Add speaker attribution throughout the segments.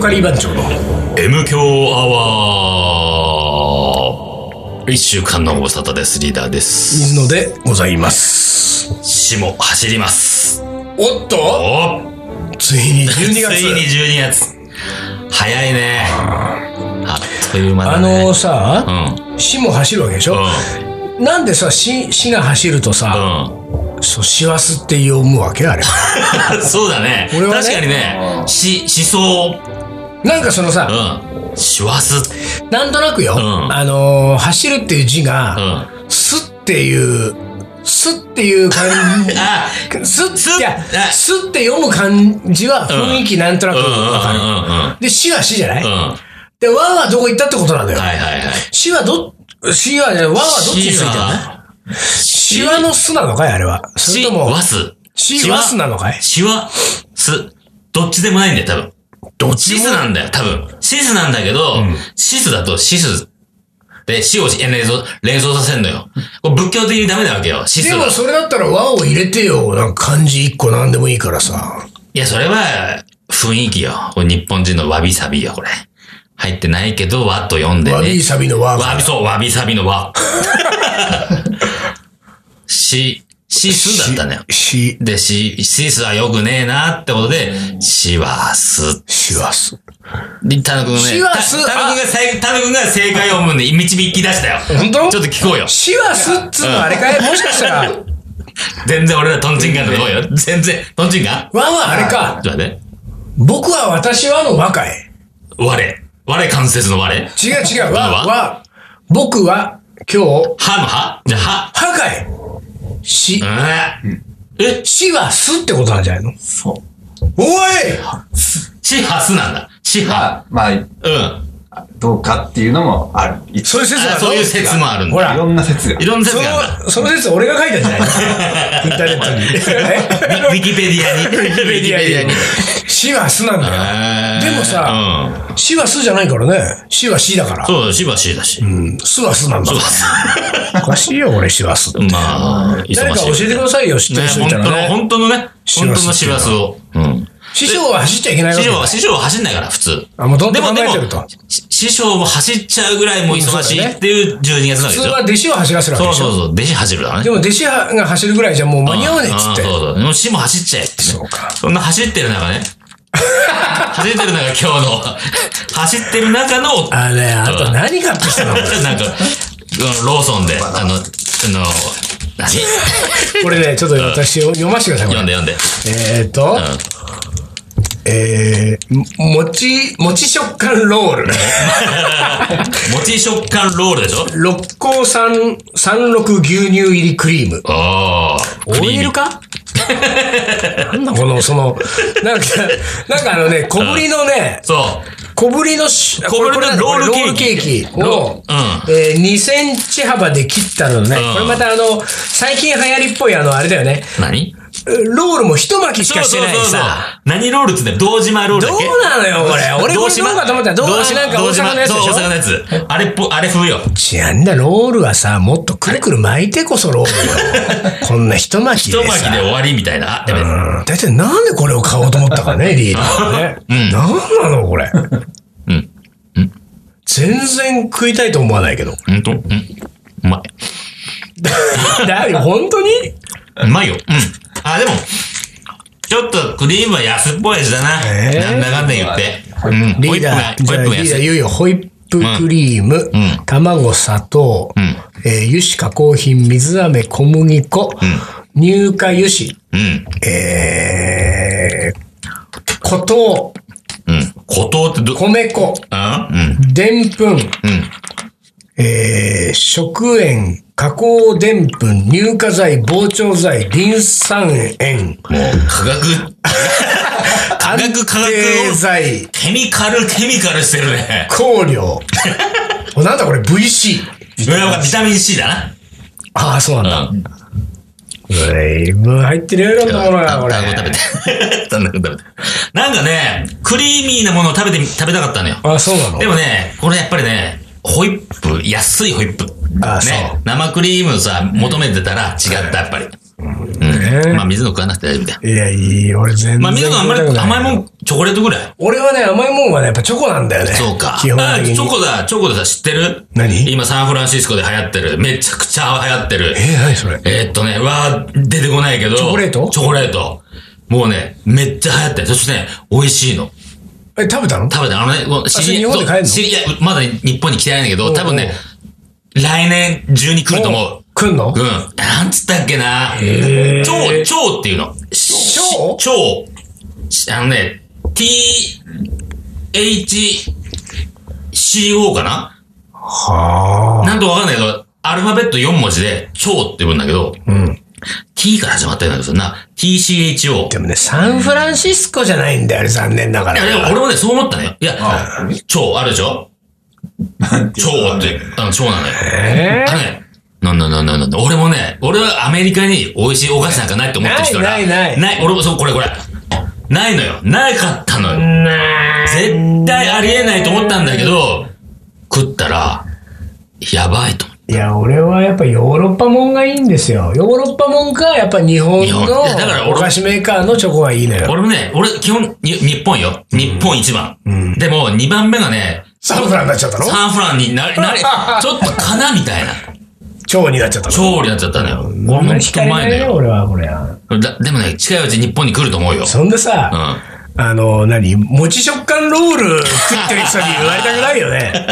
Speaker 1: カリー番長の
Speaker 2: M 強アワー一週間のご無沙汰です。リーダーです。
Speaker 1: 水野でございます。
Speaker 2: 死も走ります。
Speaker 1: おっと
Speaker 2: お
Speaker 1: ついに12月。
Speaker 2: ついに12月。早いね。あっという
Speaker 1: あ
Speaker 2: 間だね。
Speaker 1: のさ、
Speaker 2: あの
Speaker 1: 死も走るわけでしょ、なんでさ、死、死が走るとさ、
Speaker 2: うん。
Speaker 1: そう、死わすって読むわけあれ。
Speaker 2: うん。そうだね。
Speaker 1: 俺はね
Speaker 2: 確かにね、し、思想。
Speaker 1: なんかそのさ、
Speaker 2: うん。しわす。
Speaker 1: なんとなくよ、
Speaker 2: ん
Speaker 1: あのー走るっていう字
Speaker 2: うん。
Speaker 1: が、
Speaker 2: あ、
Speaker 1: すっていう、すっていう感 じ。す
Speaker 2: す
Speaker 1: いや
Speaker 2: あ、
Speaker 1: すって読む感じは雰囲気なんとなく
Speaker 2: うんうんうんうん
Speaker 1: わかる。で、死は死じゃない、
Speaker 2: うん。うん。
Speaker 1: で、和はどこ行ったってことなんだよ。
Speaker 2: はいはいはい。
Speaker 1: 死はど、死はね、和はどっちについてるの死はの巣なのかいあれは。それ
Speaker 2: し
Speaker 1: とも
Speaker 2: わ、す。
Speaker 1: 死は巣なのかい
Speaker 2: シワ、す、どっちでもないんだよ、多分。
Speaker 1: どっ
Speaker 2: シ
Speaker 1: も
Speaker 2: スなんだよ、多分。シスなんだけど、シスだとシスで死を連想連想させんのよ。これ仏教的にダメなわけよ、シス
Speaker 1: で
Speaker 2: は
Speaker 1: も。それだったら和を入れてよ。なんか漢字一個なんでもいいからさ。
Speaker 2: いや、それは雰囲気よ。これ日本人のわびさびよ、これ。入ってないけど、和と読んでね。
Speaker 1: わびさびの和
Speaker 2: わ
Speaker 1: が
Speaker 2: び、。そう、わび さびの和。し、シスだったのよ。
Speaker 1: 死、
Speaker 2: で、し、シスは良くねえなってことで、シワス
Speaker 1: 死は巣。
Speaker 2: で、タヌ君ね。
Speaker 1: シワス
Speaker 2: タタヌ君が正、タヌ君が正解をもうね、導き出したよ。
Speaker 1: 本当
Speaker 2: ちょっと聞こうよ。
Speaker 1: 死は巣っつうのあれかいもしかしたら、
Speaker 2: 全然俺らトンチンカンとかどうよ。全然、トンチンカン
Speaker 1: 和はあれか。
Speaker 2: ちょっと待って。
Speaker 1: 僕は私はの和かい。
Speaker 2: 我。我関節の我。
Speaker 1: 違う違う。和
Speaker 2: 和
Speaker 1: は、僕は今日、
Speaker 2: 歯の歯じゃあ歯。
Speaker 1: 歯かい。死。
Speaker 2: うん。え
Speaker 1: 死は巣ってことなんじゃないの
Speaker 3: そう。
Speaker 1: おい
Speaker 2: 歯ハスなんだ。歯歯。
Speaker 3: あまあ、
Speaker 2: うん。
Speaker 3: どうかっていうのもある。い
Speaker 1: そういう説があ
Speaker 2: あ
Speaker 1: る
Speaker 2: そういう説もあるんだ。
Speaker 1: ほら
Speaker 3: いろんな説が
Speaker 2: い。ろんな説
Speaker 1: そ
Speaker 2: があるんだ。
Speaker 1: の、その説俺が書いたんじゃ ないのインターネット に。
Speaker 2: ウィキペディア に。ウィキ
Speaker 1: え
Speaker 2: ペ
Speaker 1: 死は巣なんだよ。でもさ、
Speaker 2: うん。
Speaker 1: 死は巣じゃないからね。死は死だから。
Speaker 2: そうだ、しばしだし。
Speaker 1: うん巣は巣なんだから。おかしいよ、俺死は巣って。
Speaker 2: まあ、忙しい。
Speaker 1: 誰か教えてくださいよ、知ってる
Speaker 2: ね、
Speaker 1: 人い
Speaker 2: 本
Speaker 1: た
Speaker 2: 当の、
Speaker 1: らね。
Speaker 2: 本当のね、
Speaker 1: 師
Speaker 2: 本
Speaker 1: 走
Speaker 2: 当の師走を。うん。
Speaker 1: 師匠は走っちゃいけないわ
Speaker 2: 師
Speaker 1: け
Speaker 2: 匠は、
Speaker 1: だ。
Speaker 2: 師匠は走んないから、普通。
Speaker 1: あもうどん
Speaker 2: で
Speaker 1: どん考
Speaker 2: も、で
Speaker 1: えてる
Speaker 2: も
Speaker 1: と、
Speaker 2: し師匠も走っちゃうぐらいもう忙し
Speaker 1: うんそうだ
Speaker 2: い
Speaker 1: ね
Speaker 2: っていう12月な
Speaker 1: 普
Speaker 2: わ
Speaker 1: 通
Speaker 2: けでしょ
Speaker 1: は。弟子は走らせるわけ
Speaker 2: そ
Speaker 1: で
Speaker 2: う
Speaker 1: し
Speaker 2: そう
Speaker 1: ょ。
Speaker 2: そう、弟子走るからね。
Speaker 1: でも弟子が走るぐらいじゃもう間に合わねえっつって
Speaker 2: うん。そうそう。でも師も走っちゃえってね。
Speaker 1: そうか
Speaker 2: そんな走ってる 中ね。走ってる中、今日の、走ってる中の、
Speaker 1: あれ、あと何買ってきた の
Speaker 2: なんか、うんローソンで、あの、あの、何
Speaker 1: これね、ちょっと私を読ませてください、こ
Speaker 2: 読ん
Speaker 1: れ。
Speaker 2: で読ん で。
Speaker 1: えーと、えー、ももち、もち食感ロール。
Speaker 2: もち食感ロールでしょ
Speaker 1: 六甲山、三六牛乳入りクリーム。
Speaker 2: ああ。クリーミー
Speaker 1: かなんだこの、その、なんか、なんかあのね、小ぶりのね、
Speaker 2: そう。
Speaker 1: 小ぶりのし、
Speaker 2: 小ぶりの
Speaker 1: これこれ
Speaker 2: ロール
Speaker 1: これロール
Speaker 2: ケ
Speaker 1: ケ
Speaker 2: ー
Speaker 1: ー
Speaker 2: キ
Speaker 1: キを、
Speaker 2: う
Speaker 1: えー2センチ幅で切ったのね、
Speaker 2: うん
Speaker 1: これまたあの、最近流行りっぽいあの、あれだよね、
Speaker 2: 何
Speaker 1: ロールも一巻きしかしてないさ、。
Speaker 2: 何ロールって言ったら、堂島ロールだっけ
Speaker 1: どうなのよこれ俺
Speaker 2: 堂島
Speaker 1: これどうかと思ったら堂
Speaker 2: 堂島
Speaker 1: あなんか
Speaker 2: 堂島
Speaker 1: 大阪のやつでしょ
Speaker 2: そう、大阪のやつ。あれっぽ、あれ風よ。
Speaker 1: 違うんだ、ロールはさ、もっとくるくる巻いてこそロールよ。こんな一巻きで
Speaker 2: 一
Speaker 1: さ。
Speaker 2: 巻きで終わりみたいな。あ、やべ。
Speaker 1: うん大体なんでこれを買おうと思ったかね、リーダーはね。うん。なんなのこれ。うん
Speaker 2: うん。
Speaker 1: 全然食いたいと思わないけど。
Speaker 2: ほんとうん。うま
Speaker 1: だよ、本当に
Speaker 2: い。うまいよ。うん。あ、でも、ちょっとクリームは安っぽい味だな。
Speaker 1: えー
Speaker 2: なんだかんだ言って。うん。ホイ
Speaker 1: リ
Speaker 2: ッ
Speaker 1: ー
Speaker 2: プが
Speaker 1: ダー、、じゃあ
Speaker 2: ホイッ
Speaker 1: リーダ
Speaker 2: プが安
Speaker 1: ー
Speaker 2: い。
Speaker 1: 言うよ。ホイップクリーム、
Speaker 2: ん
Speaker 1: 卵、砂糖、
Speaker 2: ん
Speaker 1: えー油脂、加工品、水飴、小麦粉、乳化油脂、
Speaker 2: うん。
Speaker 1: えー、胡糖、
Speaker 2: うん。孤島ってど、うん
Speaker 1: 米粉、
Speaker 2: うん。
Speaker 1: でんぷん、
Speaker 2: うん。
Speaker 1: えー食塩、加工でんぷん、乳化剤、膨張剤、リン酸塩、
Speaker 2: もう、科学、科学、科学
Speaker 1: 経
Speaker 2: を
Speaker 1: 剤、
Speaker 2: ケミカル、ケミカルしてる ね。
Speaker 1: 香料。おなんだこれ ?VC。
Speaker 2: これはビタミン C だな。
Speaker 1: ああ、そうなんだ。
Speaker 2: うん。
Speaker 1: 随分入ってるよ、いろ んなものが、これ。
Speaker 2: 食べて。単独食べて。なんかね、クリーミーなものを食べてみ、食べたかったのよ。
Speaker 1: ああ、そうなの
Speaker 2: でもね、これやっぱりね、ホイップ、安いホイップ。
Speaker 1: あそう
Speaker 2: ね、生クリームさ、求めてたら違った、やっぱり。
Speaker 1: ね。
Speaker 2: まあ、水野食わなくて大丈夫だよ。
Speaker 1: いや、いい、俺全然。
Speaker 2: まあ、水野あんまり甘いもん、チョコレートぐらい。
Speaker 1: 俺はね、甘いもんはね、やっぱチョコなんだよね。
Speaker 2: そうか。
Speaker 1: 基本
Speaker 2: あ
Speaker 1: 的
Speaker 2: チ
Speaker 1: に。
Speaker 2: ョコだ、チョコでさ、知ってる
Speaker 1: 何
Speaker 2: 今、サンフランシスコで流行ってる。めちゃくちゃ流行ってる。
Speaker 1: えー、何それ。
Speaker 2: えーっとね、わー、出てこないけど。チ
Speaker 1: ョコレート
Speaker 2: チョコレート。もうね、めっちゃ流行ってる。そしてね、美味しいの。
Speaker 1: え、食べたの
Speaker 2: 多分ね、あのね、もう
Speaker 1: それ日本で買えんの
Speaker 2: そう知り合いまだ日本に来てないんだけど、多分ね、来年中に来ると思う。
Speaker 1: 来んの
Speaker 2: うん。なんつったっけな。
Speaker 1: へー
Speaker 2: 蝶、蝶っていうの。し
Speaker 1: 蝶
Speaker 2: 蝶。しあのね、t, h, c, o かな
Speaker 1: はあ。
Speaker 2: なんとわかんないけど、アルファベット4文字で、蝶って言うんだけど、
Speaker 1: うん。
Speaker 2: t から始まったような気がするな。t, c, h, o。
Speaker 1: でもね、サンフランシスコじゃないんだよ、あれ残念なが
Speaker 2: い
Speaker 1: ら。
Speaker 2: や、でも俺もね、そう思ったのよ。いや
Speaker 3: あ、
Speaker 2: 蝶あるでしょ
Speaker 3: なんてい
Speaker 2: 蝶
Speaker 3: うの
Speaker 2: って、あの、蝶なのよ。
Speaker 1: え
Speaker 2: あのね、なんだなんだなんだ。俺もね、俺はアメリカに美味しいお菓子なんかないと思ってる人から。
Speaker 1: ないないない
Speaker 2: ない、俺もそう、これこれ。ないのよ。なかったのよ。
Speaker 1: ー、な
Speaker 2: 絶対ありえないと思ったんだけど、食ったら、やばいと思って。
Speaker 1: いや、俺はやっぱヨーロッパもんがいいんですよ。ヨーロッパもんか、やっぱ日本
Speaker 2: 日本いやだから
Speaker 1: の
Speaker 2: 俺
Speaker 1: お菓子メーカーのチョコがいいのよ。
Speaker 2: 俺もね、俺、基本、に日本よ。日本一番。でも、二番目がね、
Speaker 1: サンフランになっちゃったの
Speaker 2: サンフランにな れ、なれ、ちょっとかなみたいな。
Speaker 1: 蝶になっちゃったの
Speaker 2: 調理になっちゃったのよ。俺も
Speaker 1: あんまり
Speaker 2: ちょっと
Speaker 1: 惹か
Speaker 2: 前
Speaker 1: れな
Speaker 2: だ
Speaker 1: いよ
Speaker 2: よ。
Speaker 1: 俺は、これは。
Speaker 2: だでもね、近いうち日本に来ると思うよ。
Speaker 1: そんでさ、
Speaker 2: うん。
Speaker 1: あの、何餅食感ロール食ってる人に言われたくないよね。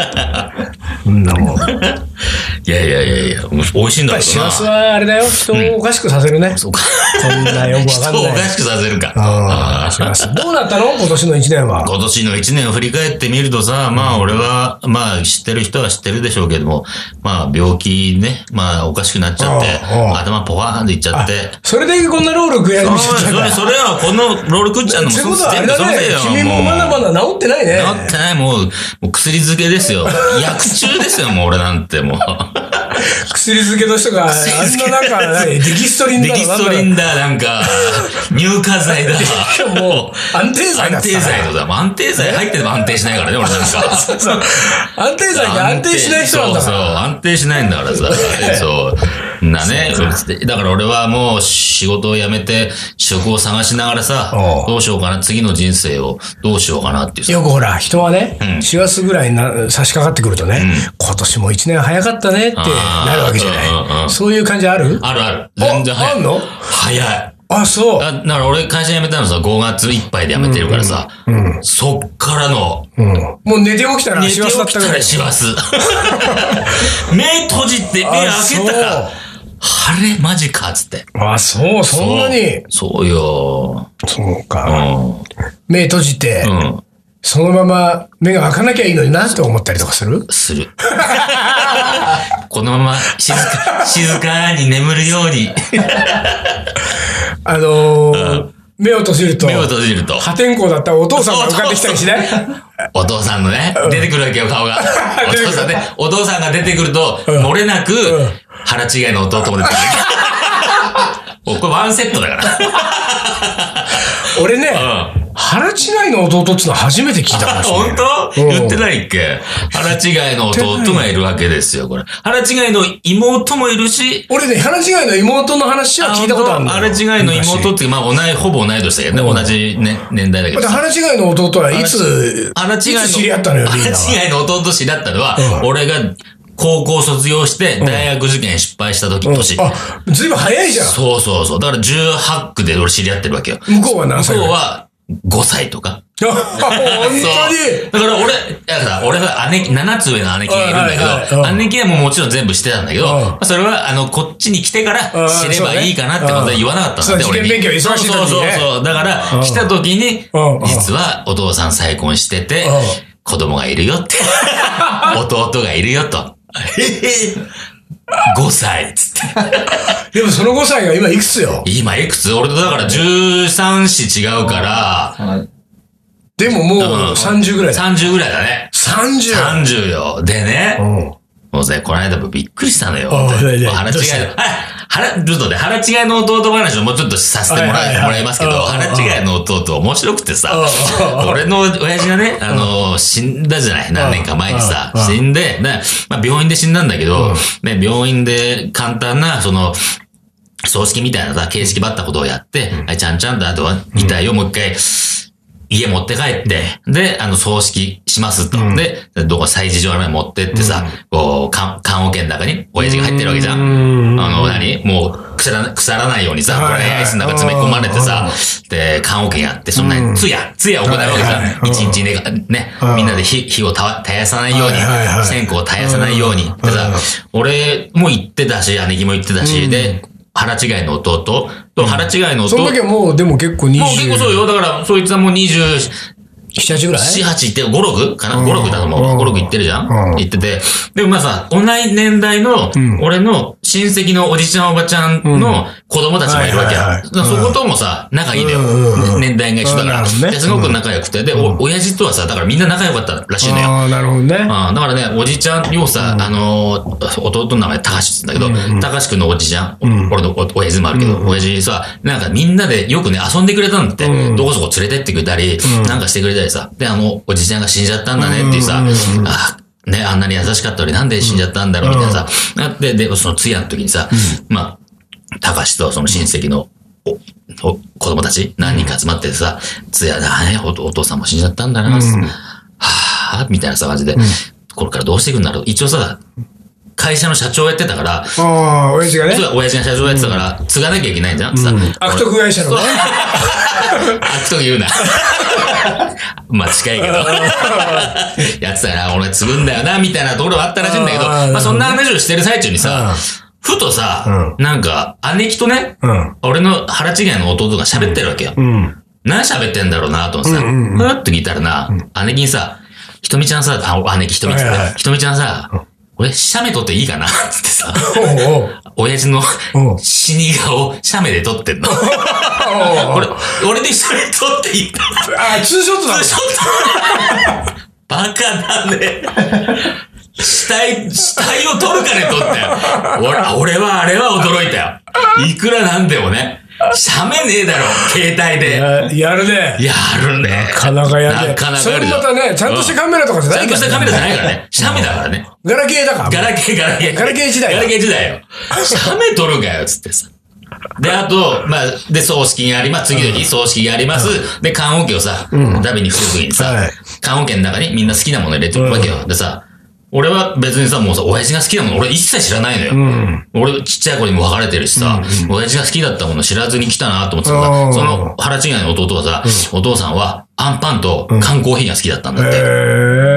Speaker 1: そんなもん。やっ
Speaker 2: いやいやいやいや、美味しいんだ
Speaker 1: ぱり
Speaker 2: ろう
Speaker 1: 師
Speaker 2: な。
Speaker 1: 走はあれだよ。人をおかしくさせるね。
Speaker 2: そうか。
Speaker 1: こんなよくわかん
Speaker 2: 人をお
Speaker 1: な
Speaker 2: か
Speaker 1: い。
Speaker 2: しくさせるか。
Speaker 1: ああ、師走。どうだったの今年の1年は。
Speaker 2: 今年の1年を振り返ってみるとさ、まあ俺は、まあ知ってる人は知ってるでしょうけども、まあ病気ね、まあおかしくなっちゃって、
Speaker 1: うんうん
Speaker 2: 頭ポワーンっていっちゃって。
Speaker 1: それでこんなロール食い始
Speaker 2: そ
Speaker 1: め
Speaker 2: う
Speaker 1: ちゃったか
Speaker 2: そ
Speaker 1: ら
Speaker 2: れ、。それはこのロールクッチャンのも
Speaker 1: ってことはあ
Speaker 2: 全
Speaker 1: れ
Speaker 2: 部そ
Speaker 1: だ
Speaker 2: のせい
Speaker 1: ね
Speaker 2: よ。。
Speaker 1: 君もまだま
Speaker 2: もう
Speaker 1: だ治ってないね。
Speaker 2: 治ってない、もう、もう薬漬けですよ。薬中ですよ、もう俺なんてもう。
Speaker 1: 薬漬けの人が、あんななんか 何、デキストリンだ
Speaker 2: デ
Speaker 1: ろ
Speaker 2: キストリンだ、なんか、乳化剤だ。
Speaker 1: もう安定剤だっ
Speaker 2: 安
Speaker 1: た
Speaker 2: 定剤とか、安定剤入ってても安定しないからね、俺なんか。
Speaker 1: なんだろう安定剤って安定しない人なんだか
Speaker 2: そうそう、
Speaker 1: ら。
Speaker 2: 安定しないんだからさ。そう。なね。だから俺はもう仕事を辞めて、職を探しながらさ
Speaker 1: お、う
Speaker 2: どうしようかな、次の人生をどうしようかなっていうさ。
Speaker 1: よくほら、人はね、
Speaker 2: ん
Speaker 1: 師走ぐらいにな差し掛かってくるとね、今年も一年早かったねってなるわけじゃ
Speaker 2: あーうんうん
Speaker 1: な
Speaker 2: う
Speaker 1: い。
Speaker 2: ん
Speaker 1: そういう感じある
Speaker 2: あるある。全然早い。
Speaker 1: ああんの
Speaker 2: 早い。
Speaker 1: あ、そう。
Speaker 2: だだから俺会社辞めたのさ、5月いっぱいで辞めてるからさ、そっからの、
Speaker 1: うんもう寝て起きたら
Speaker 2: 寝て
Speaker 1: 師走だっ
Speaker 2: 起き
Speaker 1: た
Speaker 2: た
Speaker 1: ぐら
Speaker 2: ら
Speaker 1: い。
Speaker 2: 師 走。目閉じて目開けたら、あれマジかっつって。
Speaker 1: あ、そう、そんなに。
Speaker 2: そうそうよ。
Speaker 1: そう
Speaker 2: う
Speaker 1: か。
Speaker 2: ん。
Speaker 1: 目閉じて、
Speaker 2: うん。
Speaker 1: そのまま目が開かなきゃいいのになって思ったりとかする
Speaker 2: する。このまま静か、静かに眠るように
Speaker 1: あのー目を閉じると、
Speaker 2: 目を閉じると、
Speaker 1: 破天荒だったお父さんが浮かんできたりしない
Speaker 2: お父さんのね、出てくるわけよ、顔 が。
Speaker 1: 出
Speaker 2: お
Speaker 1: てくる
Speaker 2: 父さんね、お父さんが出てくると、漏れなく、腹違いの弟も出てくる。 おこれワンセットだか
Speaker 1: 俺ね、
Speaker 2: ら。うん。
Speaker 1: 腹違いの弟っつうのは初めて聞いたかもしれない。
Speaker 2: 本当
Speaker 1: うん
Speaker 2: 言ってないっけ腹違いの弟がいるわけですよ、これ。腹違いの妹もいるし、
Speaker 1: 俺ね、腹違いの妹の話は聞いたことあるのよ。
Speaker 2: あれ違いの妹って、まあ、同い、ほぼ同い年だけどね、同じね年代だけど
Speaker 1: 昔。だ
Speaker 2: さ。
Speaker 1: って腹違いの弟はいつ、
Speaker 2: あら違い
Speaker 1: い
Speaker 2: の
Speaker 1: つ知り合ったのよ、
Speaker 2: あ
Speaker 1: リーダーは。
Speaker 2: ら違いの弟知り合ったのは、
Speaker 1: うん
Speaker 2: 俺が高校卒業して大学受験失敗した時、年。
Speaker 1: あ、ずいぶん早いじゃん。
Speaker 2: そうそうそう。だから18区で俺知り合ってるわけよ。
Speaker 1: 向こうは何
Speaker 2: 向こ
Speaker 1: 歳
Speaker 2: う
Speaker 1: ぐらい
Speaker 2: は5歳とか。
Speaker 1: あ 本
Speaker 2: そうだから俺、だから俺は姉貴、7つ上の姉貴がいるん
Speaker 1: はい
Speaker 2: だ
Speaker 1: はい
Speaker 2: け
Speaker 1: はい
Speaker 2: ど、
Speaker 1: うん
Speaker 2: 姉貴はもうもちろん全部してたんだけど、
Speaker 1: うん
Speaker 2: まあそれは、あの、こっちに来てから
Speaker 1: うん
Speaker 2: 知ればいいかなってことは言わなかったんだ
Speaker 1: うんそうね
Speaker 2: 俺に
Speaker 1: 受験勉強忙しい時にね
Speaker 2: そうそうそうそう。だから、来た時に
Speaker 1: うん、
Speaker 2: 実はお父さん再婚してて
Speaker 1: うん、
Speaker 2: 子供がいるよって。 弟がいるよと。5歳っつって。
Speaker 1: に。でもその5歳が今いくつよ。
Speaker 2: 今いくつ俺とだから13子違うから、
Speaker 3: あ
Speaker 1: でももう
Speaker 2: うん
Speaker 1: 30ぐらいだ。
Speaker 2: 30ぐらいだね。
Speaker 1: 30!
Speaker 2: 30よ。でね、
Speaker 1: うん。
Speaker 2: もうね、この間もびっくりしたのよ。
Speaker 1: あ
Speaker 2: 本当に
Speaker 1: いやいや
Speaker 2: もう腹違い
Speaker 1: どうした
Speaker 2: の、あ腹、ちょっとね、腹違いの弟話をもうちょっとさせてもら,、
Speaker 1: はいはいはい
Speaker 2: もらいますけど、
Speaker 1: うん
Speaker 2: 腹違いの弟面白くてさ
Speaker 1: う、
Speaker 2: 俺の親父がね、あの、死んだじゃない何年か前にさ
Speaker 1: うん、
Speaker 2: 死んで、ねまあ病院で死んだんだけど、ね、病院で簡単な、その、葬式みたいなさ、形式ばったことをやって、はいちゃんちゃんと、あとは遺体をもう一回、家持って帰って、で、あの、葬式しますと。で、どこ、祭事場まで持ってってさ、こう、棺棺桶の中に、親父が入ってるわけじゃん。
Speaker 1: うん
Speaker 2: あの、何もう、腐らな、腐らないようにさ、
Speaker 1: はいはい
Speaker 2: これ、アイスの中詰め込まれてさ、で、缶桶やって、そんな
Speaker 1: うん
Speaker 2: に、つや、つや行うわけ
Speaker 1: はい
Speaker 2: さ
Speaker 1: はい、はい
Speaker 2: 一日ね、ね
Speaker 1: うん、
Speaker 2: みんなで火、火をたわ絶やさないよう
Speaker 1: は
Speaker 2: に
Speaker 1: いはいはい、
Speaker 2: 線香を絶やさないように、ってさ、俺も行ってたし、姉貴も行ってたし、で、腹違いの弟と、腹違いの
Speaker 1: そ
Speaker 2: 弟、
Speaker 1: の
Speaker 2: もう
Speaker 1: 時はもうでも結構20。
Speaker 2: 結構そうよ、だから、そいつはもう20、
Speaker 1: 7、8ぐらい
Speaker 2: 四八って、五六かな五六だと思
Speaker 1: う
Speaker 2: う。
Speaker 1: ん
Speaker 2: 五六行ってるじゃん
Speaker 1: うん
Speaker 2: 行ってて。でもまあさ、同じ年代の
Speaker 1: ん、
Speaker 2: 俺の親戚のおじちゃんおばちゃんの子供たちもいるわ
Speaker 1: は
Speaker 2: け
Speaker 1: いはいは
Speaker 2: や
Speaker 1: い。
Speaker 2: だからそこともさ、仲いいの
Speaker 1: うんうんう
Speaker 2: よ。
Speaker 1: ん
Speaker 2: 年代が一緒だか
Speaker 1: うんなる
Speaker 2: ら。
Speaker 1: ほどね
Speaker 2: ですごく仲良くて。で、お親父とはさ、だからみんな仲良かったらしいのよ。
Speaker 1: ああ、なるほどね。
Speaker 2: ああだからね、おじちゃん、要さ、あのー、弟の名前、高橋って言うんだけど、高橋くんのおじちゃん、俺のお親父もあるけど、親父さ、なんかみんなでよくね、遊んでくれたんだって、どこそこ連れてってくれたり、なんかしてくれたりさ、で、あの、おじちゃんが死んじゃったんだねっていうさ、あね、あんなに優しかったのになんで死んじゃったんだろうみたいなさ、なって、で、その通夜の時にさ、まあ、高橋とその親戚の、おお子供たち何人か集まってさ、通夜だね、おお父さんも死んじゃったんだな、はぁ、みたいなさ、感じで、これからどうしていくんだろう。一応さ、会社の社長やってたから、
Speaker 1: ああ、親父がね
Speaker 2: そ。う親父が社長やってたから、継がなきゃいけないんじゃん、さ。
Speaker 1: 悪徳会社のね。
Speaker 2: 悪徳言うな。 まあ近いけ ど。やってたから、俺継ぐんだよな、みたいなところはあったらしいんだけど、
Speaker 1: あー
Speaker 2: まあそんな話をしてる最中にさ、ふとさ、なんか、姉貴とね、俺の腹違いの弟が喋ってるわけよ。
Speaker 1: うん。うん。
Speaker 2: 何喋ってんだろうなと思ってさ、ふ、
Speaker 1: うん
Speaker 2: ーっと聞いたらな、姉貴にさ、ひとみちゃんさ、あ、姉貴ひとみちゃん
Speaker 1: はいはい
Speaker 2: ね、ひとみちゃんさ、俺、写メ撮っていいかなっつってさ、
Speaker 1: おうおう
Speaker 2: 親父の
Speaker 1: うん
Speaker 2: 死に顔、写メで撮ってんの。
Speaker 1: あ
Speaker 2: 俺、俺で写メ撮って いいんだ。
Speaker 1: あ、ツーショットだ。
Speaker 2: ちょっと、バカだね。死体、死体を取るかね、取って。俺、俺はあれは驚いたよ。いくらなんでもね、写メねえだろ、携帯で。
Speaker 1: ややるね。
Speaker 2: やるね。な
Speaker 1: なかなかやるね
Speaker 2: なかな
Speaker 1: そ
Speaker 2: かや
Speaker 1: れ
Speaker 2: る
Speaker 1: も
Speaker 2: よ
Speaker 1: またね、ちゃんとしたカメラとかじゃ
Speaker 2: ち
Speaker 1: な
Speaker 2: ゃ
Speaker 1: い
Speaker 2: ん
Speaker 1: か
Speaker 2: と
Speaker 1: ら
Speaker 2: したカメラじゃないからね。シャメだからね。
Speaker 1: ガラケーだから。
Speaker 2: ガラケー、ガラケー。
Speaker 1: ガラケー時代だ
Speaker 2: ガラケー時代よ。シャメ撮るかよ、つってさ。で、あと、まあ、で、葬式があります。次の日、葬式があります。で、棺桶をさ、食べに来る時に
Speaker 1: は
Speaker 2: さ
Speaker 1: い、
Speaker 2: 棺桶の中にみんな好きなもの入れてるわけよ。でさ、俺は別にさ、もうさ、親父が好きなもの俺一切知らないのよ。俺、ちっちゃい頃にも別れてるしさ、親父が好きだったもの知らずに来たなと思ってた
Speaker 1: う
Speaker 2: ら、
Speaker 1: ん
Speaker 2: その腹違いの弟がさ、お父さんはアンパンと缶コーヒーが好きだったんだって。
Speaker 1: へ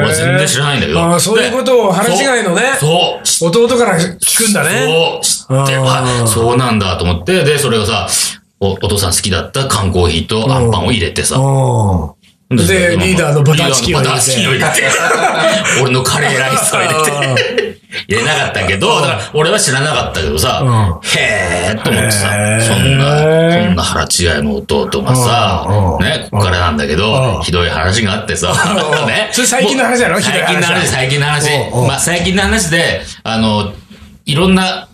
Speaker 2: 俺全然知らないんだけど。
Speaker 1: あーそういうことを腹違いのね
Speaker 2: でそう。そう
Speaker 1: 弟から聞くんだね。
Speaker 2: そう、知って、
Speaker 1: うん
Speaker 2: あ、そうなんだと思って、で、それがさ、おお父さん好きだった缶コーヒーとアンパンを入れてさ。
Speaker 1: お
Speaker 2: で
Speaker 1: でリーダーのバターチキンを入れて
Speaker 2: リーダーのバターチキンを入れて。俺のカレーライスを入れて。入れなかったけど、だから俺は知らなかったけどさ、へーと思ってさ
Speaker 1: へー、
Speaker 2: そんな、そんな腹違いの弟がさ、
Speaker 1: うん
Speaker 2: ね、ここからなんだけど、ひどい話があってさ、ね。
Speaker 1: それ最近の話だろひどい
Speaker 2: 最
Speaker 1: 話
Speaker 2: 近の話、最近の話
Speaker 1: おうおう。
Speaker 2: まあ最近の話で、あの、いろんな、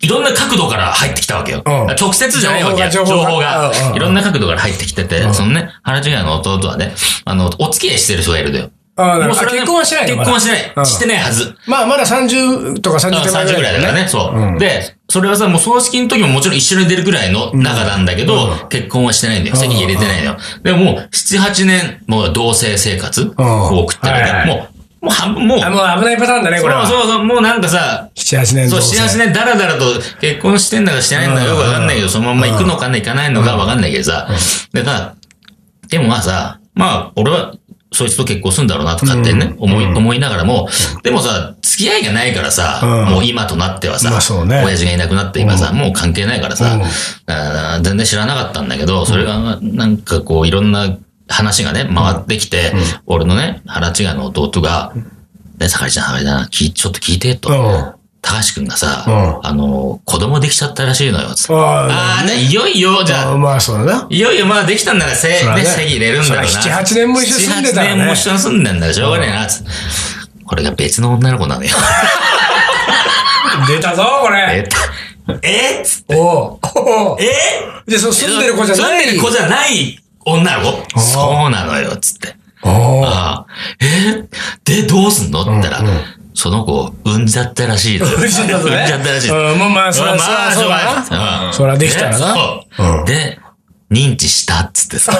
Speaker 2: いろんな角度から入ってきたわけよ。
Speaker 1: うん
Speaker 2: 直接じゃないわけよ。
Speaker 1: 情
Speaker 2: 情
Speaker 1: 報が情報
Speaker 2: 報
Speaker 1: が
Speaker 2: が
Speaker 1: うんうん。
Speaker 2: いろんな角度から入ってきてて、そのね、原違いの弟はね、あの、お付き合いしてる人がいるんだよ。
Speaker 1: あー
Speaker 2: もうそれね
Speaker 1: あ結婚はしてないの
Speaker 2: 結
Speaker 1: まだ
Speaker 2: 婚はして
Speaker 1: う
Speaker 2: なんい。してないはず。
Speaker 1: まあ、まだ30とか30手前ぐ
Speaker 2: 30ぐ
Speaker 1: ら
Speaker 2: ら
Speaker 1: い
Speaker 2: い
Speaker 1: だよ
Speaker 2: だから
Speaker 1: ね。
Speaker 2: ね、そう。で、それはさ、もう葬式の時ももちろん一緒に出るぐらいの仲なんだけど、結婚はしてないんだよ。籍入れてないのよ。でももう、7、8年、もう同棲生活を送ってる
Speaker 1: はいはい
Speaker 2: ね。もう、もう半分、もう、
Speaker 1: あ、もう危ないパターンだね、これ
Speaker 2: そう
Speaker 1: は。
Speaker 2: そうそう、もうなんかさ、
Speaker 1: 7、8年
Speaker 2: そ
Speaker 1: 同
Speaker 2: う、
Speaker 1: 棲
Speaker 2: 7、8年だらだらと結婚してんだかしてないんだかよくわかんないけど、そのまんま行くのかね、行かないのかわかんないけどさ。で、ただ、でもまあさ、まあ、俺は、そいつと結婚するんだろうなとかってね、思い、思いながらも、でもさ、付き合いがないからさ、
Speaker 1: うん
Speaker 2: もう今となってはさ
Speaker 1: まあそう、ね
Speaker 2: 親父がいなくなって今さ、もう関係ないから
Speaker 1: う
Speaker 2: さ
Speaker 1: ん、
Speaker 2: あー全然知らなかったんだけど、それが、なんかこう、いろんな話がね、回ってきて、俺のね、腹違いの弟が、ね、さかりちゃん、さかりちゃん、きちょっと聞いて、と。
Speaker 1: うん。
Speaker 2: 高橋くんがさ、
Speaker 1: う
Speaker 2: あの、子供できちゃったらしいのよ、つって。
Speaker 1: あ
Speaker 2: ああ、ね、いよいよ、じ
Speaker 1: あ、
Speaker 2: ゃあ、
Speaker 1: まあ、そうだな。
Speaker 2: いよいよ、まあ、できたんならせ、
Speaker 1: そらね
Speaker 2: ね、席入れるんだろうな。
Speaker 1: そら7 8年も一緒に住んでたらね
Speaker 2: 7 8年も一緒に住んでんだよ、しょうがねえな、つって。これが別の女の子な のよ。
Speaker 1: 出たぞ、こ
Speaker 2: え
Speaker 1: れ。
Speaker 2: えつって
Speaker 1: おうおう
Speaker 2: え
Speaker 1: で、その住んでる子じゃない。
Speaker 2: 住んでる子じゃない女の子そうなのよ、つって。
Speaker 1: おう
Speaker 2: ああ、えで、どうすんのって言ったら、その子、産んじゃったらしいのよ。産ん
Speaker 1: じゃったのね
Speaker 2: じゃったらしい。
Speaker 1: うんまあまあそらそらそうだな
Speaker 2: な
Speaker 1: そらできたらな。うん
Speaker 2: で、認知したっつってさ。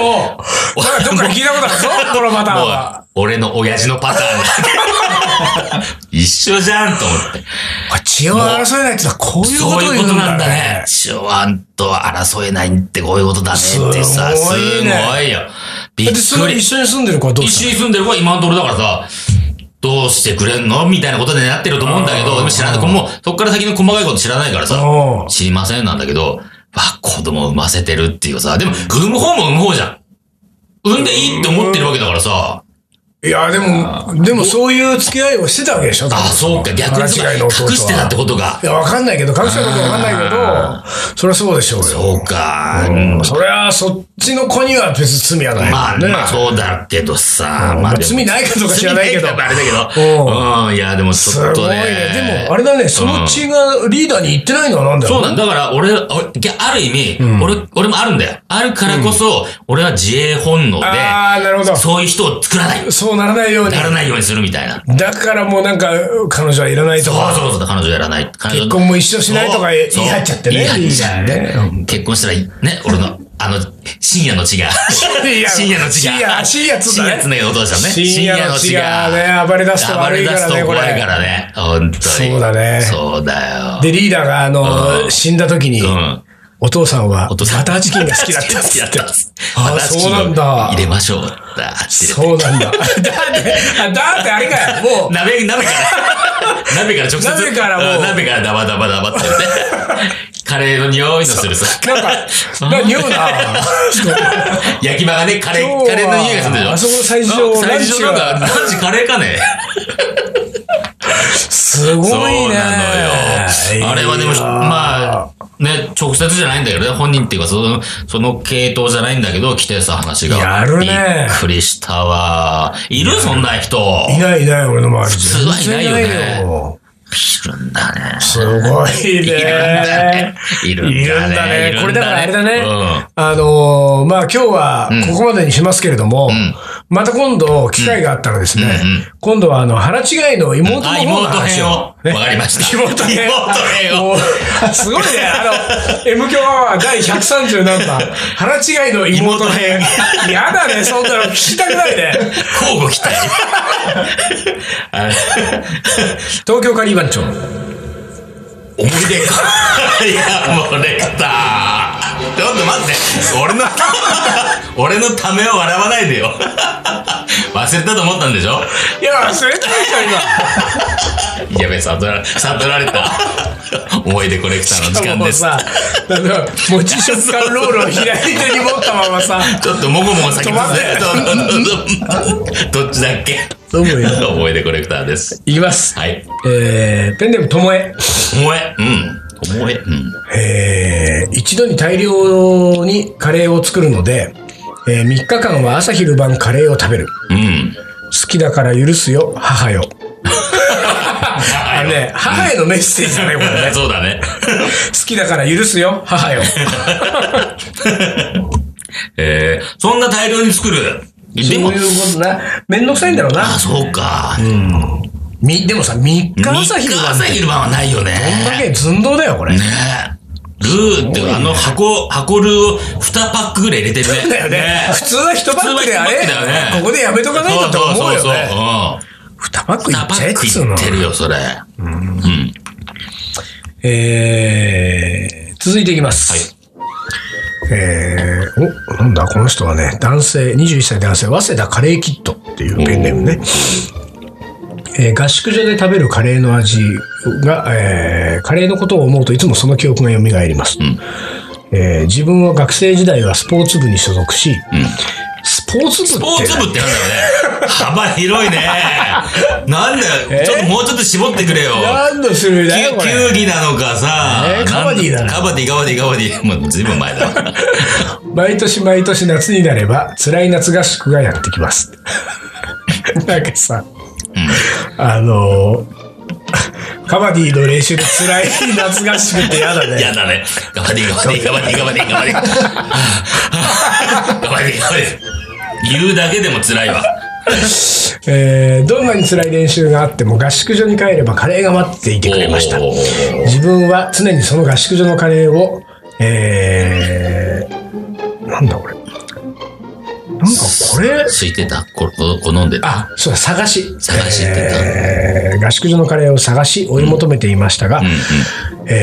Speaker 1: おうそれはどっかで聞いたことあ るぞ、このパターンは。
Speaker 2: もう俺の親父のパターンだ。一緒じゃんと思って。
Speaker 1: あ血を争えないってのはこういうこ
Speaker 2: そ
Speaker 1: と
Speaker 2: う
Speaker 1: を
Speaker 2: いう
Speaker 1: 言
Speaker 2: こ
Speaker 1: う
Speaker 2: と
Speaker 1: ん
Speaker 2: な
Speaker 1: だ
Speaker 2: んだ
Speaker 1: ね
Speaker 2: ね。。手腕と争えないってこういうことだねってさ、
Speaker 1: す
Speaker 2: す
Speaker 1: ご
Speaker 2: ご
Speaker 1: い
Speaker 2: い,、
Speaker 1: ね
Speaker 2: よ。びっ
Speaker 1: で、そ
Speaker 2: く
Speaker 1: れ
Speaker 2: り
Speaker 1: 一。緒に住んでる子はどう
Speaker 2: 一
Speaker 1: し
Speaker 2: 緒に住んでる子は今のところだからさ、どうしてくれんのみたいなことでなってると思うんだけど、でも知らない。これもう、そっから先の細かいこと知らないから
Speaker 1: た
Speaker 2: さ、
Speaker 1: の
Speaker 2: 知りませんなんだけど、わ、子供産ませてるっていうさ、でも、産む方も産む方じゃん。産んでいいって思ってるわけだからさ、
Speaker 1: いや、でも、でもそういう付き合いをしてたわけでしょ多分
Speaker 2: あ、そうか、逆にそう
Speaker 1: 腹
Speaker 2: か
Speaker 1: 違いの弟は
Speaker 2: 隠してたってことが
Speaker 1: い。や、わかんないけど、隠したことわかんないけど、そりゃそうでしょうよ。
Speaker 2: そうか、うん
Speaker 1: そりゃ、そっちの子には別に罪はない
Speaker 2: ま
Speaker 1: も
Speaker 2: あ、
Speaker 1: んね。
Speaker 2: まあ、そうだけどさ、
Speaker 1: うん
Speaker 2: まあ、でも
Speaker 1: 罪ないかどうか知らないけど
Speaker 2: 罪かあれだけど。うん、いや、でもち
Speaker 1: す
Speaker 2: ょっ
Speaker 1: ご
Speaker 2: と
Speaker 1: い
Speaker 2: ね
Speaker 1: ね。。でも、あれだね、その血がリーダーに行ってないのはなんだよ。
Speaker 2: そうなんだ。から、俺、俺いやある意味、俺、俺もあるんだよ。あるからこそ、俺は自衛本能で、
Speaker 1: ああ、なるほど。
Speaker 2: そういう人を作らない。
Speaker 1: そうならないように。
Speaker 2: ならないようにするみたいな。
Speaker 1: だからもうなんか、彼女はいらないと
Speaker 2: そう
Speaker 1: か。
Speaker 2: そうそう、彼女やらない。彼女
Speaker 1: 結婚も一生しないとか言い
Speaker 2: そう
Speaker 1: 言い張っちゃってね。
Speaker 2: 言い張っちゃって。
Speaker 1: いいじゃんね
Speaker 2: 結婚したらいい、ね、俺の、あの、深夜の血が。
Speaker 1: いや
Speaker 2: 深夜の血が。
Speaker 1: 深夜深夜つ
Speaker 2: 深
Speaker 1: だね
Speaker 2: 夜つなぎのお父さんね。
Speaker 1: 深夜の血がね暴れ出すと悪いからね
Speaker 2: 暴れ出すと
Speaker 1: これ
Speaker 2: 怖いからね。本当に。
Speaker 1: そうだね
Speaker 2: そうだよ。
Speaker 1: で、リーダーが、あ
Speaker 2: う
Speaker 1: の、
Speaker 2: ん
Speaker 1: 死んだ時に
Speaker 2: う、ん。
Speaker 1: お父さんは、バ
Speaker 2: お
Speaker 1: タ
Speaker 2: 父さん
Speaker 1: ーチキンが好きだったっ
Speaker 2: 好き
Speaker 1: つ
Speaker 2: だ
Speaker 1: っ
Speaker 2: ってた。
Speaker 1: あそうなんだ
Speaker 2: 入れましょう。だ
Speaker 1: そうなんだ。だって、あだ ってあれかよ、もう、
Speaker 2: 鍋、鍋から。鍋から直接。
Speaker 1: 鍋からもうん
Speaker 2: 鍋からダバダバダバって言って。カレーの匂いのするさ。
Speaker 1: なん か、なんか匂うな。
Speaker 2: 焼き場がね、カレ
Speaker 1: 今日は
Speaker 2: ー、カレーの匂いがするんでしょ
Speaker 1: あそこの最上
Speaker 2: あ最上
Speaker 1: ラ
Speaker 2: なんか、ランチカレーかね
Speaker 1: すごいね。
Speaker 2: そうなのよ。あれはでも、
Speaker 1: いやー
Speaker 2: まあ、ね、直接じゃないんだけどね、本人っていうか、その、その系統じゃないんだけど、来てさ、話が。
Speaker 1: やるね
Speaker 2: びっくりしたわ。いるそんな人。
Speaker 1: いないいない、俺の周り。
Speaker 2: 普通はいないよね
Speaker 1: 全然いよ
Speaker 2: いるんだね。
Speaker 1: すごい
Speaker 2: いるんだ
Speaker 1: ね
Speaker 2: ね。。 いる
Speaker 1: い
Speaker 2: ん
Speaker 1: る
Speaker 2: だ
Speaker 1: んだ
Speaker 2: ね。
Speaker 1: ね。これだからあれだ
Speaker 2: う
Speaker 1: ね
Speaker 2: ん。
Speaker 1: あのー、まあ今日はここまでにしますけれども
Speaker 2: ん、
Speaker 1: また今度機会があったらですね
Speaker 2: うんうんうん、
Speaker 1: 今度はあの、腹違いの妹の方
Speaker 2: あ、
Speaker 1: の
Speaker 2: 妹
Speaker 1: 話
Speaker 2: 編を。
Speaker 1: を
Speaker 2: わ。
Speaker 1: ね
Speaker 2: かりました。
Speaker 1: 妹編。
Speaker 2: 妹
Speaker 1: もうすごいね。あの、M 響アワー第130何 番、腹違いの妹編。やだね、そんなの聞きたくないね。
Speaker 2: 交互期待。 あれ
Speaker 1: 東京カリー番長。
Speaker 2: 思い出か。 いや、もうできた。ちょっと待って。俺の、 俺のためを笑わないでよ。 忘れたと思ったんでしょ
Speaker 1: いや、忘れてるじゃん、今。
Speaker 2: やべえ、悟ら悟られた。思い出コレクター の時間
Speaker 1: も
Speaker 2: で
Speaker 1: う
Speaker 2: す。
Speaker 1: さ、なんか、持ち食感ロールを左手に持ったままさ、
Speaker 2: ちょっともごもご先に進ん
Speaker 1: 止まって
Speaker 2: で どっちだっけ
Speaker 1: どうもよ
Speaker 2: 思い出コレクターです。
Speaker 1: いきます。
Speaker 2: はい。
Speaker 1: えー、ペンネームともえ。
Speaker 2: 思え。うん。思え。うん。
Speaker 1: えー、一度に大量にカレーを作るので、えー、3日間は朝昼晩カレーを食べる。
Speaker 2: うん。
Speaker 1: 好きだから許すよ、母よ。あのね、母へのメッセージだね、これね。
Speaker 2: そうだ ね。
Speaker 1: 好きだから許すよ、母よ。
Speaker 2: えー、そんな大量に作る。
Speaker 1: そ
Speaker 2: で
Speaker 1: う
Speaker 2: も、
Speaker 1: いうことな。めんどくさいんだろう
Speaker 2: あ、
Speaker 1: な。
Speaker 2: そうか。
Speaker 1: み、でもさ、3日朝
Speaker 2: 三
Speaker 1: 昼
Speaker 2: 日
Speaker 1: 晩
Speaker 2: 朝
Speaker 1: だよ。
Speaker 2: 昼晩はないよね。
Speaker 1: こんだけ寸胴だよ、これ。
Speaker 2: ねえ。ルーって、あの箱、箱ルーを2パックぐらい入れてるね。
Speaker 1: だよね。普通は一パックであれ
Speaker 2: 普通は一パックだよね
Speaker 1: ここでやめとかないとって思うよ
Speaker 2: そうそうそう
Speaker 1: ね。
Speaker 2: そう。
Speaker 1: 二パックい
Speaker 2: 2
Speaker 1: っ
Speaker 2: パ
Speaker 1: ちゃえっ
Speaker 2: ック
Speaker 1: つう
Speaker 2: い
Speaker 1: の
Speaker 2: っ。てるよ、それ。うん。
Speaker 1: えー、続いていきます。えー、お、なんだ、この人はね、男性、21歳男性、早稲田カレーキットっていうペンネームね。えー合宿所で食べるカレーの味が、えーカレーのことを思うといつもその記憶が蘇ります、
Speaker 2: ん
Speaker 1: えー自分は学生時代はスポーツ部に所属し、
Speaker 2: ん
Speaker 1: スポーツ
Speaker 2: ス
Speaker 1: 部
Speaker 2: ポ
Speaker 1: っ
Speaker 2: ー
Speaker 1: て
Speaker 2: ツ部ってなんだよね。幅広いね。なんだ
Speaker 1: え
Speaker 2: よ。ちょっともうちょっと絞ってくれよ。
Speaker 1: 何の種類だよ
Speaker 2: 球
Speaker 1: これ
Speaker 2: 球技なのかさ
Speaker 1: えー。カバディだな
Speaker 2: カバディ、カバディ、カバディ。もう随分前だ。
Speaker 1: 毎年毎年夏になれば辛い夏合宿がやってきます なんかさ、あのーカバディの練習で辛い夏合宿って嫌だね
Speaker 2: やだね。ガバディガバディガバディガバディガバディ。 ガバディガバディ。言うだけでも辛いわ。
Speaker 1: えーどんなに辛い練習があっても合宿所に帰ればカレーが待っていてくれました
Speaker 2: おー
Speaker 1: 自分は常にその合宿所のカレーをえー、なんだこれなんかこれ
Speaker 2: 空いてたこここ飲んでた。
Speaker 1: あそうだ探し
Speaker 2: 探しって言った
Speaker 1: えー合宿所のカレーを探し追い求めていましたが、
Speaker 2: うんうん。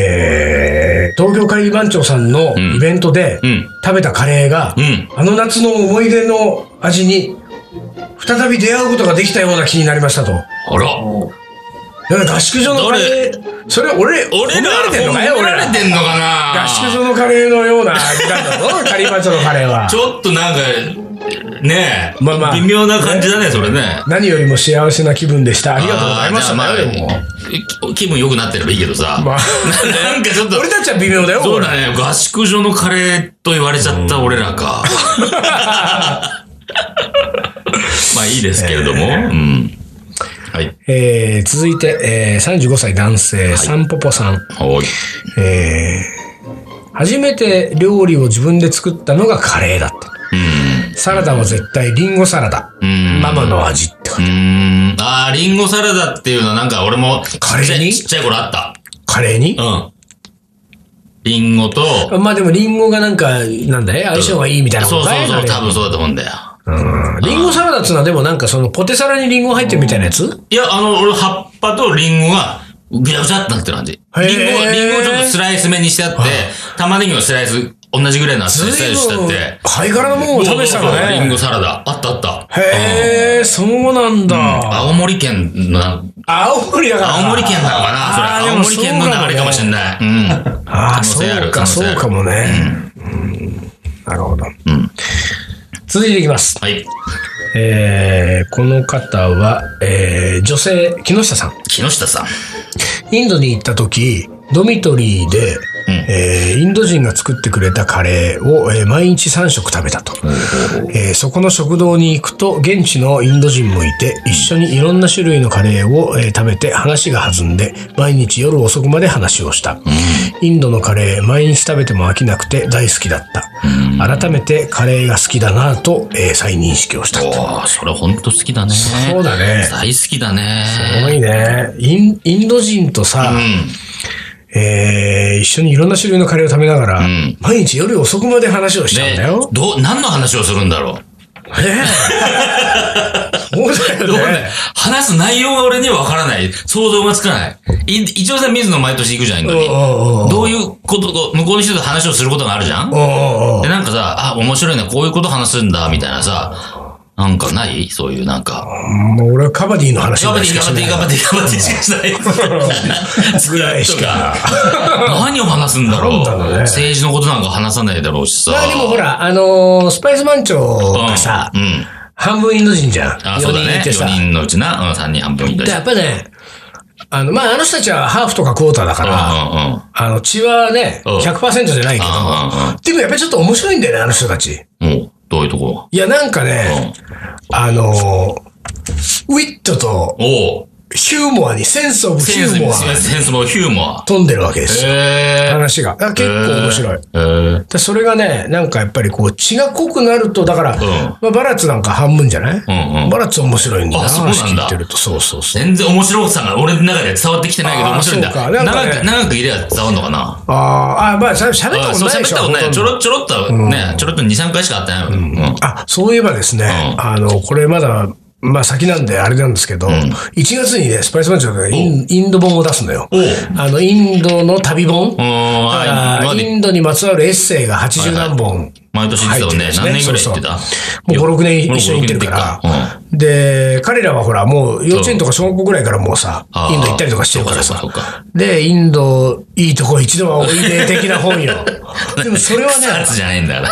Speaker 1: えー東京カリー番長さんの
Speaker 2: ん
Speaker 1: イベントで
Speaker 2: うん
Speaker 1: 食べたカレーが、
Speaker 2: うん
Speaker 1: あの夏の思い出の味に再び出会うことができたような気になりましたと。
Speaker 2: あら。
Speaker 1: だから合宿所のカレー、それ俺、
Speaker 2: 俺
Speaker 1: 褒
Speaker 2: ら
Speaker 1: められてんのかよ、
Speaker 2: 褒め
Speaker 1: 俺
Speaker 2: られ
Speaker 1: ら。
Speaker 2: てんのかな
Speaker 1: 合宿所のカレーのような味なんだ ぞ、カリー番長のカレーは
Speaker 2: ち。ょっとなんか、ねえ、
Speaker 1: まあまあ
Speaker 2: 微妙な感じだね、それね。
Speaker 1: 何よりも幸せな気分でした。あ
Speaker 2: あ
Speaker 1: りがとうございましたね、
Speaker 2: ーじ
Speaker 1: で
Speaker 2: ゃ
Speaker 1: も
Speaker 2: あまあき気分良くなってればいいけどさ。
Speaker 1: まあ
Speaker 2: なんかちょっと。
Speaker 1: 俺たちは微妙だよ、
Speaker 2: そうだね。合宿所のカレーと言われちゃった俺らか。まあいいですけれども。うん。はい。
Speaker 1: えー続いて、えー35歳男性、サンポポさん。
Speaker 2: おい。
Speaker 1: えー初めて料理を自分で作ったのがカレーだった。
Speaker 2: うん。
Speaker 1: サラダは絶対リンゴサラダ。
Speaker 2: うん。
Speaker 1: ママの味って
Speaker 2: う
Speaker 1: 感じ。
Speaker 2: ん。ああ、リンゴサラダっていうのはなんか俺もちっ
Speaker 1: カレ
Speaker 2: ちゃ
Speaker 1: ーに
Speaker 2: い、ちっちゃい頃あった。
Speaker 1: カレーに
Speaker 2: うん。リンゴと、
Speaker 1: まあでもリンゴがなんか、なんだい相性がいいみたいなこと
Speaker 2: そう
Speaker 1: か
Speaker 2: そ
Speaker 1: いう
Speaker 2: そう、多
Speaker 1: カレー
Speaker 2: 分そうだと思うんだよ。
Speaker 1: うんリンゴサラダっていうのはでもなんかそのポテサラにリンゴ入ってるみたいなやつ
Speaker 2: いや、あの、俺、葉っぱとリンゴが、ぐちゃぐちゃってなってる感じ。
Speaker 1: へー
Speaker 2: リンゴ、リンゴをちょっとスライス目にしてあって、玉ねぎをスライス、同じぐらいの厚さにスライスしてあっ
Speaker 1: ぶん
Speaker 2: て。
Speaker 1: ハイカラなもんを食べてたの
Speaker 2: そうそうそうリンゴ
Speaker 1: ね。
Speaker 2: サラダ。あったあった。
Speaker 1: へえ、そうなん
Speaker 2: うん
Speaker 1: だ。
Speaker 2: 青森県のな、
Speaker 1: 青森だから。
Speaker 2: 青森県なのかなそれ。
Speaker 1: あーで
Speaker 2: 青
Speaker 1: も
Speaker 2: 森県の流れかもしれ
Speaker 1: い。
Speaker 2: ない。うん。
Speaker 1: ああ、
Speaker 2: 可能
Speaker 1: そ
Speaker 2: 性あ
Speaker 1: う
Speaker 2: る
Speaker 1: か、そうか。もね。うんなるほど。
Speaker 2: ん
Speaker 1: 続いていきます。
Speaker 2: 可能性あるはい。
Speaker 1: えーこの方は、えー女性、木下さん。
Speaker 2: 木下さん。
Speaker 1: インドに行った時、ドミトリーで、えーインド人が作ってくれたカレーを、えー毎日3食食べたと、えーそこの食堂に行くと、現地のインド人もいて、一緒にいろんな種類のカレーを、えー食べて話が弾んで、毎日夜遅くまで話をした。インドのカレー、毎日食べても飽きなくて大好きだった。改めてカレーが好きだなぁと、えー再認識をしたと。
Speaker 2: おー、それほんと好きだね。
Speaker 1: そうだね
Speaker 2: 大好きだね。
Speaker 1: すごいね。インインド人とさ、えー一緒にいろんな種類のカレーを食べながら、
Speaker 2: ん
Speaker 1: 毎日夜遅くまで話をしちゃうんだ
Speaker 2: うん。で
Speaker 1: よ、。
Speaker 2: どう、何の話をするんだろう。
Speaker 1: ねえそうだ
Speaker 2: どう
Speaker 1: よ
Speaker 2: ね
Speaker 1: ね。、
Speaker 2: 話す内容が俺にはわからない。想像がつかない。い一応さ、水野毎年行くじゃん、インドに。
Speaker 1: おうおうおう
Speaker 2: どういうこと、こう向こうの人と話をすることがあるじゃん
Speaker 1: おうおうおう
Speaker 2: で、なんかさ、あ、面白いね、こういうこと話すんだ、みたいなさ、なんかないそういうなんか。
Speaker 1: もう俺はカバディの話
Speaker 2: 頑張って、
Speaker 1: しか
Speaker 2: 頑張
Speaker 1: しな
Speaker 2: って
Speaker 1: い、
Speaker 2: 頑張って、頑張って、しかしない。
Speaker 1: ぐらいしか。
Speaker 2: 何を話すんだろ
Speaker 1: な
Speaker 2: う。
Speaker 1: んだろうね
Speaker 2: 政治のことなんか話さないだろうし さ。
Speaker 1: まあでもほら、あのースパイス番長
Speaker 2: うん、
Speaker 1: がさ、
Speaker 2: うん。
Speaker 1: 半分インド人じゃん。
Speaker 2: あ、
Speaker 1: 4
Speaker 2: そうだ
Speaker 1: 人
Speaker 2: ね
Speaker 1: い。て
Speaker 2: 4
Speaker 1: さ。
Speaker 2: 人のうちな、うん、3人半分いた
Speaker 1: で
Speaker 2: し。
Speaker 1: やっぱね、あの、まあ、あの人たちはハーフとかクォーターだか
Speaker 2: うんう
Speaker 1: ら、
Speaker 2: んうん。
Speaker 1: あの、血はね、
Speaker 2: うん
Speaker 1: 100%じゃないけど、
Speaker 2: あ
Speaker 1: でもやっぱりちょっと面白いんだよね、あの人たち。
Speaker 2: うんうん。もう、どういうとこ
Speaker 1: いや、なんかね、あのーウィットと
Speaker 2: おう
Speaker 1: ヒューモアに、センスオブヒ
Speaker 2: セ
Speaker 1: ュ
Speaker 2: ンス
Speaker 1: ー
Speaker 2: も、
Speaker 1: モア
Speaker 2: セ
Speaker 1: が
Speaker 2: ンスもヒューモア。
Speaker 1: 飛んでるわけですよ。
Speaker 2: へー
Speaker 1: 話が。だから結構面白い。。
Speaker 2: へー
Speaker 1: で、それがね、なんかやっぱりこう、血が濃くなると、だから、
Speaker 2: ん
Speaker 1: まあ、バラッツなんか半分じゃない、
Speaker 2: うんうん
Speaker 1: バラッツ面白いんだな、
Speaker 2: あそうなんだ
Speaker 1: 話聞いてると。そうそうそう。
Speaker 2: 全然面白さが俺の中で伝わってきてないけど
Speaker 1: あー
Speaker 2: 面白いんだ。
Speaker 1: そうかなんかね
Speaker 2: 長く、長くいれば伝わるのかな。
Speaker 1: あーあ、まあ、しゃ喋った
Speaker 2: あ
Speaker 1: こと
Speaker 2: そう
Speaker 1: ない
Speaker 2: 喋
Speaker 1: で
Speaker 2: っ
Speaker 1: した
Speaker 2: ことない。ちょ
Speaker 1: ほとんど
Speaker 2: ろちょろっとね、ちょろっと2、3回しか会ってないもん。うん
Speaker 1: あ、そういえばですね、
Speaker 2: うん
Speaker 1: あの、これまだ、まあ先なんであれなんですけど、1月にね、スパイス番長がインインド本を出すのよ
Speaker 2: おう。
Speaker 1: あの、インドの旅本。
Speaker 2: うーん
Speaker 1: あ
Speaker 2: はい
Speaker 1: ー
Speaker 2: まあ
Speaker 1: インドにままつわるエッセイが80何本。
Speaker 2: 毎年言ってたもんね。
Speaker 1: 入
Speaker 2: 何
Speaker 1: って
Speaker 2: 年
Speaker 1: るん
Speaker 2: ぐ
Speaker 1: で
Speaker 2: らい
Speaker 1: すね
Speaker 2: 行ってた
Speaker 1: もう5、6年
Speaker 2: もう
Speaker 1: 一緒に行ってる
Speaker 2: 五六
Speaker 1: か
Speaker 2: 年行って
Speaker 1: ら。で、彼らはほら、もう幼稚園とか小学校ぐらいからもうさ
Speaker 2: あ、ー
Speaker 1: インド行ったりとかしてるからさ
Speaker 2: そうかそうか。
Speaker 1: で、インド、いいとこ一度はおいで的な 本よ。でもそれはね、
Speaker 2: 草津じゃねえんだ よな。
Speaker 1: あ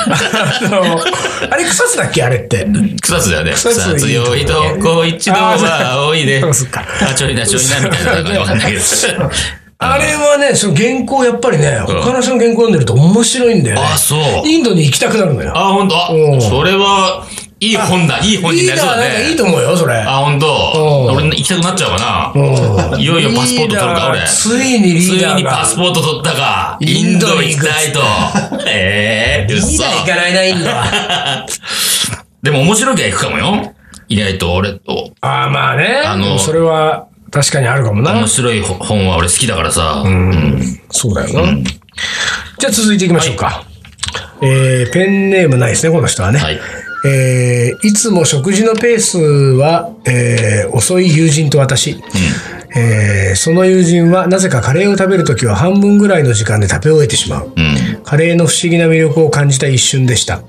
Speaker 1: の、あれ草津だっけあれって。
Speaker 2: 草津だよね。
Speaker 1: 草
Speaker 2: 草
Speaker 1: 津
Speaker 2: 津
Speaker 1: いいとこ
Speaker 2: よ
Speaker 1: ね
Speaker 2: いとこ一度はおいで。
Speaker 1: そうそうか
Speaker 2: あ、ちょいな、ちょいな、みたいな。なんかわかんないけど。
Speaker 1: あれはね、その原稿やっぱりね、他の人の原稿読んでると面白いんだよね。
Speaker 2: あそう
Speaker 1: インドに行きたくなるのよ。
Speaker 2: あ、ほんと。あ
Speaker 1: うん、
Speaker 2: それは、いい本だ。いい本
Speaker 1: い
Speaker 2: に
Speaker 1: い
Speaker 2: なり
Speaker 1: な、
Speaker 2: そう
Speaker 1: なん
Speaker 2: だ
Speaker 1: かいい
Speaker 2: ね。
Speaker 1: と思うよ、それ。
Speaker 2: あ、ほんと
Speaker 1: う。ん
Speaker 2: 俺行きたくなっちゃうか
Speaker 1: う
Speaker 2: な。
Speaker 1: ん
Speaker 2: いよいよパスポー
Speaker 1: リー
Speaker 2: ト取るか、俺
Speaker 1: ダー。ついに
Speaker 2: つ
Speaker 1: リーダ
Speaker 2: い
Speaker 1: ー
Speaker 2: に
Speaker 1: が。
Speaker 2: パスポート取ったか。
Speaker 1: イ
Speaker 2: イ
Speaker 1: ン
Speaker 2: ン
Speaker 1: ド
Speaker 2: ド
Speaker 1: に行
Speaker 2: 行
Speaker 1: く
Speaker 2: き
Speaker 1: っつった
Speaker 2: いと。ええ、う
Speaker 1: リー
Speaker 2: っそ
Speaker 1: ダー。行かないな、インドは。
Speaker 2: でも面白いきゃ行くかもよ。いないと俺、お
Speaker 1: ああ、まあね。
Speaker 2: あの
Speaker 1: それは確かにあるかもな
Speaker 2: 面。白い本は俺好きだからさ、うん
Speaker 1: そうだよな。じゃあ続いていきましょうか。えーペンネームないですね、この人はね。
Speaker 2: はい。
Speaker 1: えーいつも食事のペースは、えー遅い友人と私、えーその友人はなぜかカレーを食べるときは半分ぐらいの時間で食べ終えてしまう、
Speaker 2: うん。
Speaker 1: カレーの不思議な魅力を感じた一瞬でした、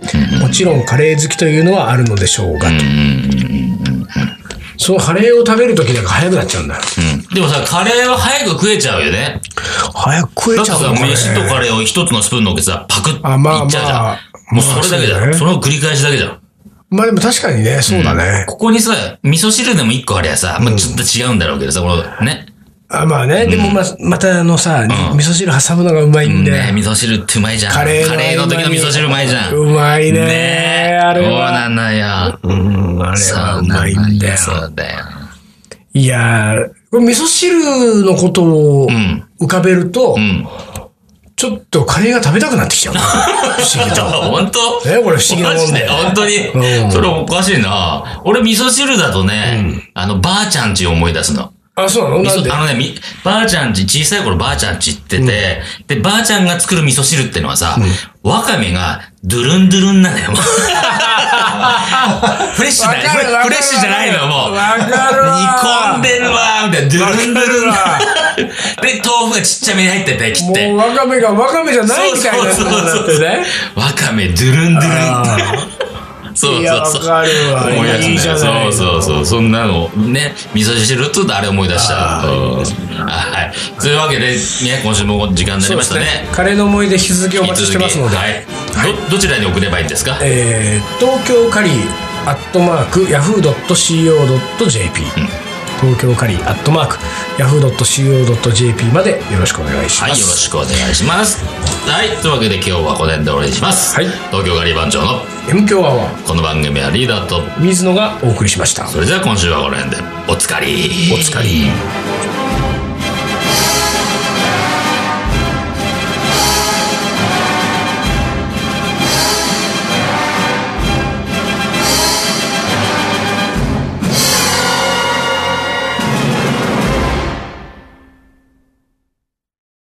Speaker 1: もちろんカレー好きというのはあるのでしょうが、そのカレーを食べるときだけ早くなっちゃうんだよ
Speaker 2: うん。でもさ、カレーは早く食えちゃうよね。
Speaker 1: 早く食
Speaker 2: だ
Speaker 1: え
Speaker 2: って
Speaker 1: ちゃう
Speaker 2: さ、
Speaker 1: のかね
Speaker 2: 飯とカレーを一つのスプーンのっけてさ、パクッ
Speaker 1: あまあ
Speaker 2: いっちゃうじゃん。
Speaker 1: まあ
Speaker 2: もうそれだけじゃん。
Speaker 1: まあそうだね
Speaker 2: その繰り返しだけじゃん。
Speaker 1: まあでも確かにねそうだね、
Speaker 2: ここにさ、味噌汁でも一個ありゃさ、まあ、ちょっと違うんだろうけどさ、このね。
Speaker 1: あまあねでもままたあのさ、味噌汁挟むのがうまいんで、
Speaker 2: ね味噌汁ってうまいじゃん。
Speaker 1: カレーの
Speaker 2: の時の味噌汁うまいじゃん。
Speaker 1: うまいね
Speaker 2: ねえ。
Speaker 1: あれ
Speaker 2: そう
Speaker 1: は。
Speaker 2: なのよ。
Speaker 1: うん、あれはうまいんだよ。
Speaker 2: そうだよ。
Speaker 1: いやー、これ味噌汁のことを
Speaker 2: ん
Speaker 1: 浮かべると、
Speaker 2: うん。
Speaker 1: ちょっとカレーが食べたくなってき ちゃう。不思議と。
Speaker 2: 本当
Speaker 1: ねこれ不思議なもんだよ
Speaker 2: マジで本当
Speaker 1: う
Speaker 2: に。
Speaker 1: ん
Speaker 2: それおかしいな。俺味噌汁だとね、あの、ばあちゃんち思い出すの。
Speaker 1: あ、そうなの
Speaker 2: 味
Speaker 1: なんで
Speaker 2: 噌、あのね、みばあちゃんち、小さい頃ばあちゃんち行ってて、で、ばあちゃんが作る味噌汁ってのはさ、わかめが、ドゥルンドゥルンな のよ、もうフレッシュ
Speaker 1: わ
Speaker 2: だ
Speaker 1: か
Speaker 2: よ。
Speaker 1: るわかる
Speaker 2: フレッシュじゃないのよ、もう。
Speaker 1: わかるわ
Speaker 2: 煮込んでるわーみたいな、ドゥルンドゥルンな
Speaker 1: わか
Speaker 2: で、豆腐がちっちゃめに入ってて、切って。
Speaker 1: もうわかめがわかめじゃないみたいなことになってね。
Speaker 2: わかめ、ドゥルンドゥルン。そう
Speaker 1: いや、
Speaker 2: そ
Speaker 1: わ
Speaker 2: うそう。
Speaker 1: かるわ。
Speaker 2: 思い出すね
Speaker 1: いいじゃない
Speaker 2: そ
Speaker 1: の。
Speaker 2: うそうそう。そんなの、ね、味噌汁とあれ思い出した。うんはい。というわけで、ね、今週も時間になりましたね。
Speaker 1: カレーの思い出引き続きお
Speaker 2: 引き
Speaker 1: 待ち
Speaker 2: 続
Speaker 1: し
Speaker 2: き
Speaker 1: てますので。
Speaker 2: はい。ど、どちらに送ればいいんですか
Speaker 1: えー東京カリーアットマークヤフー .co.jp、東京カリーアットマークヤフー .co.jp までよろしくお願いし
Speaker 2: はい、
Speaker 1: ま
Speaker 2: よろ
Speaker 1: す、
Speaker 2: しくお願いします。はい、というわけで今日はこの辺でお願いします。
Speaker 1: はい
Speaker 2: 東京ガリバン長の
Speaker 1: M 強アワー
Speaker 2: この番組はリーダーと、
Speaker 1: 水野がお送りしました
Speaker 2: それでは今週はこの辺で、おつかり。
Speaker 1: おつかり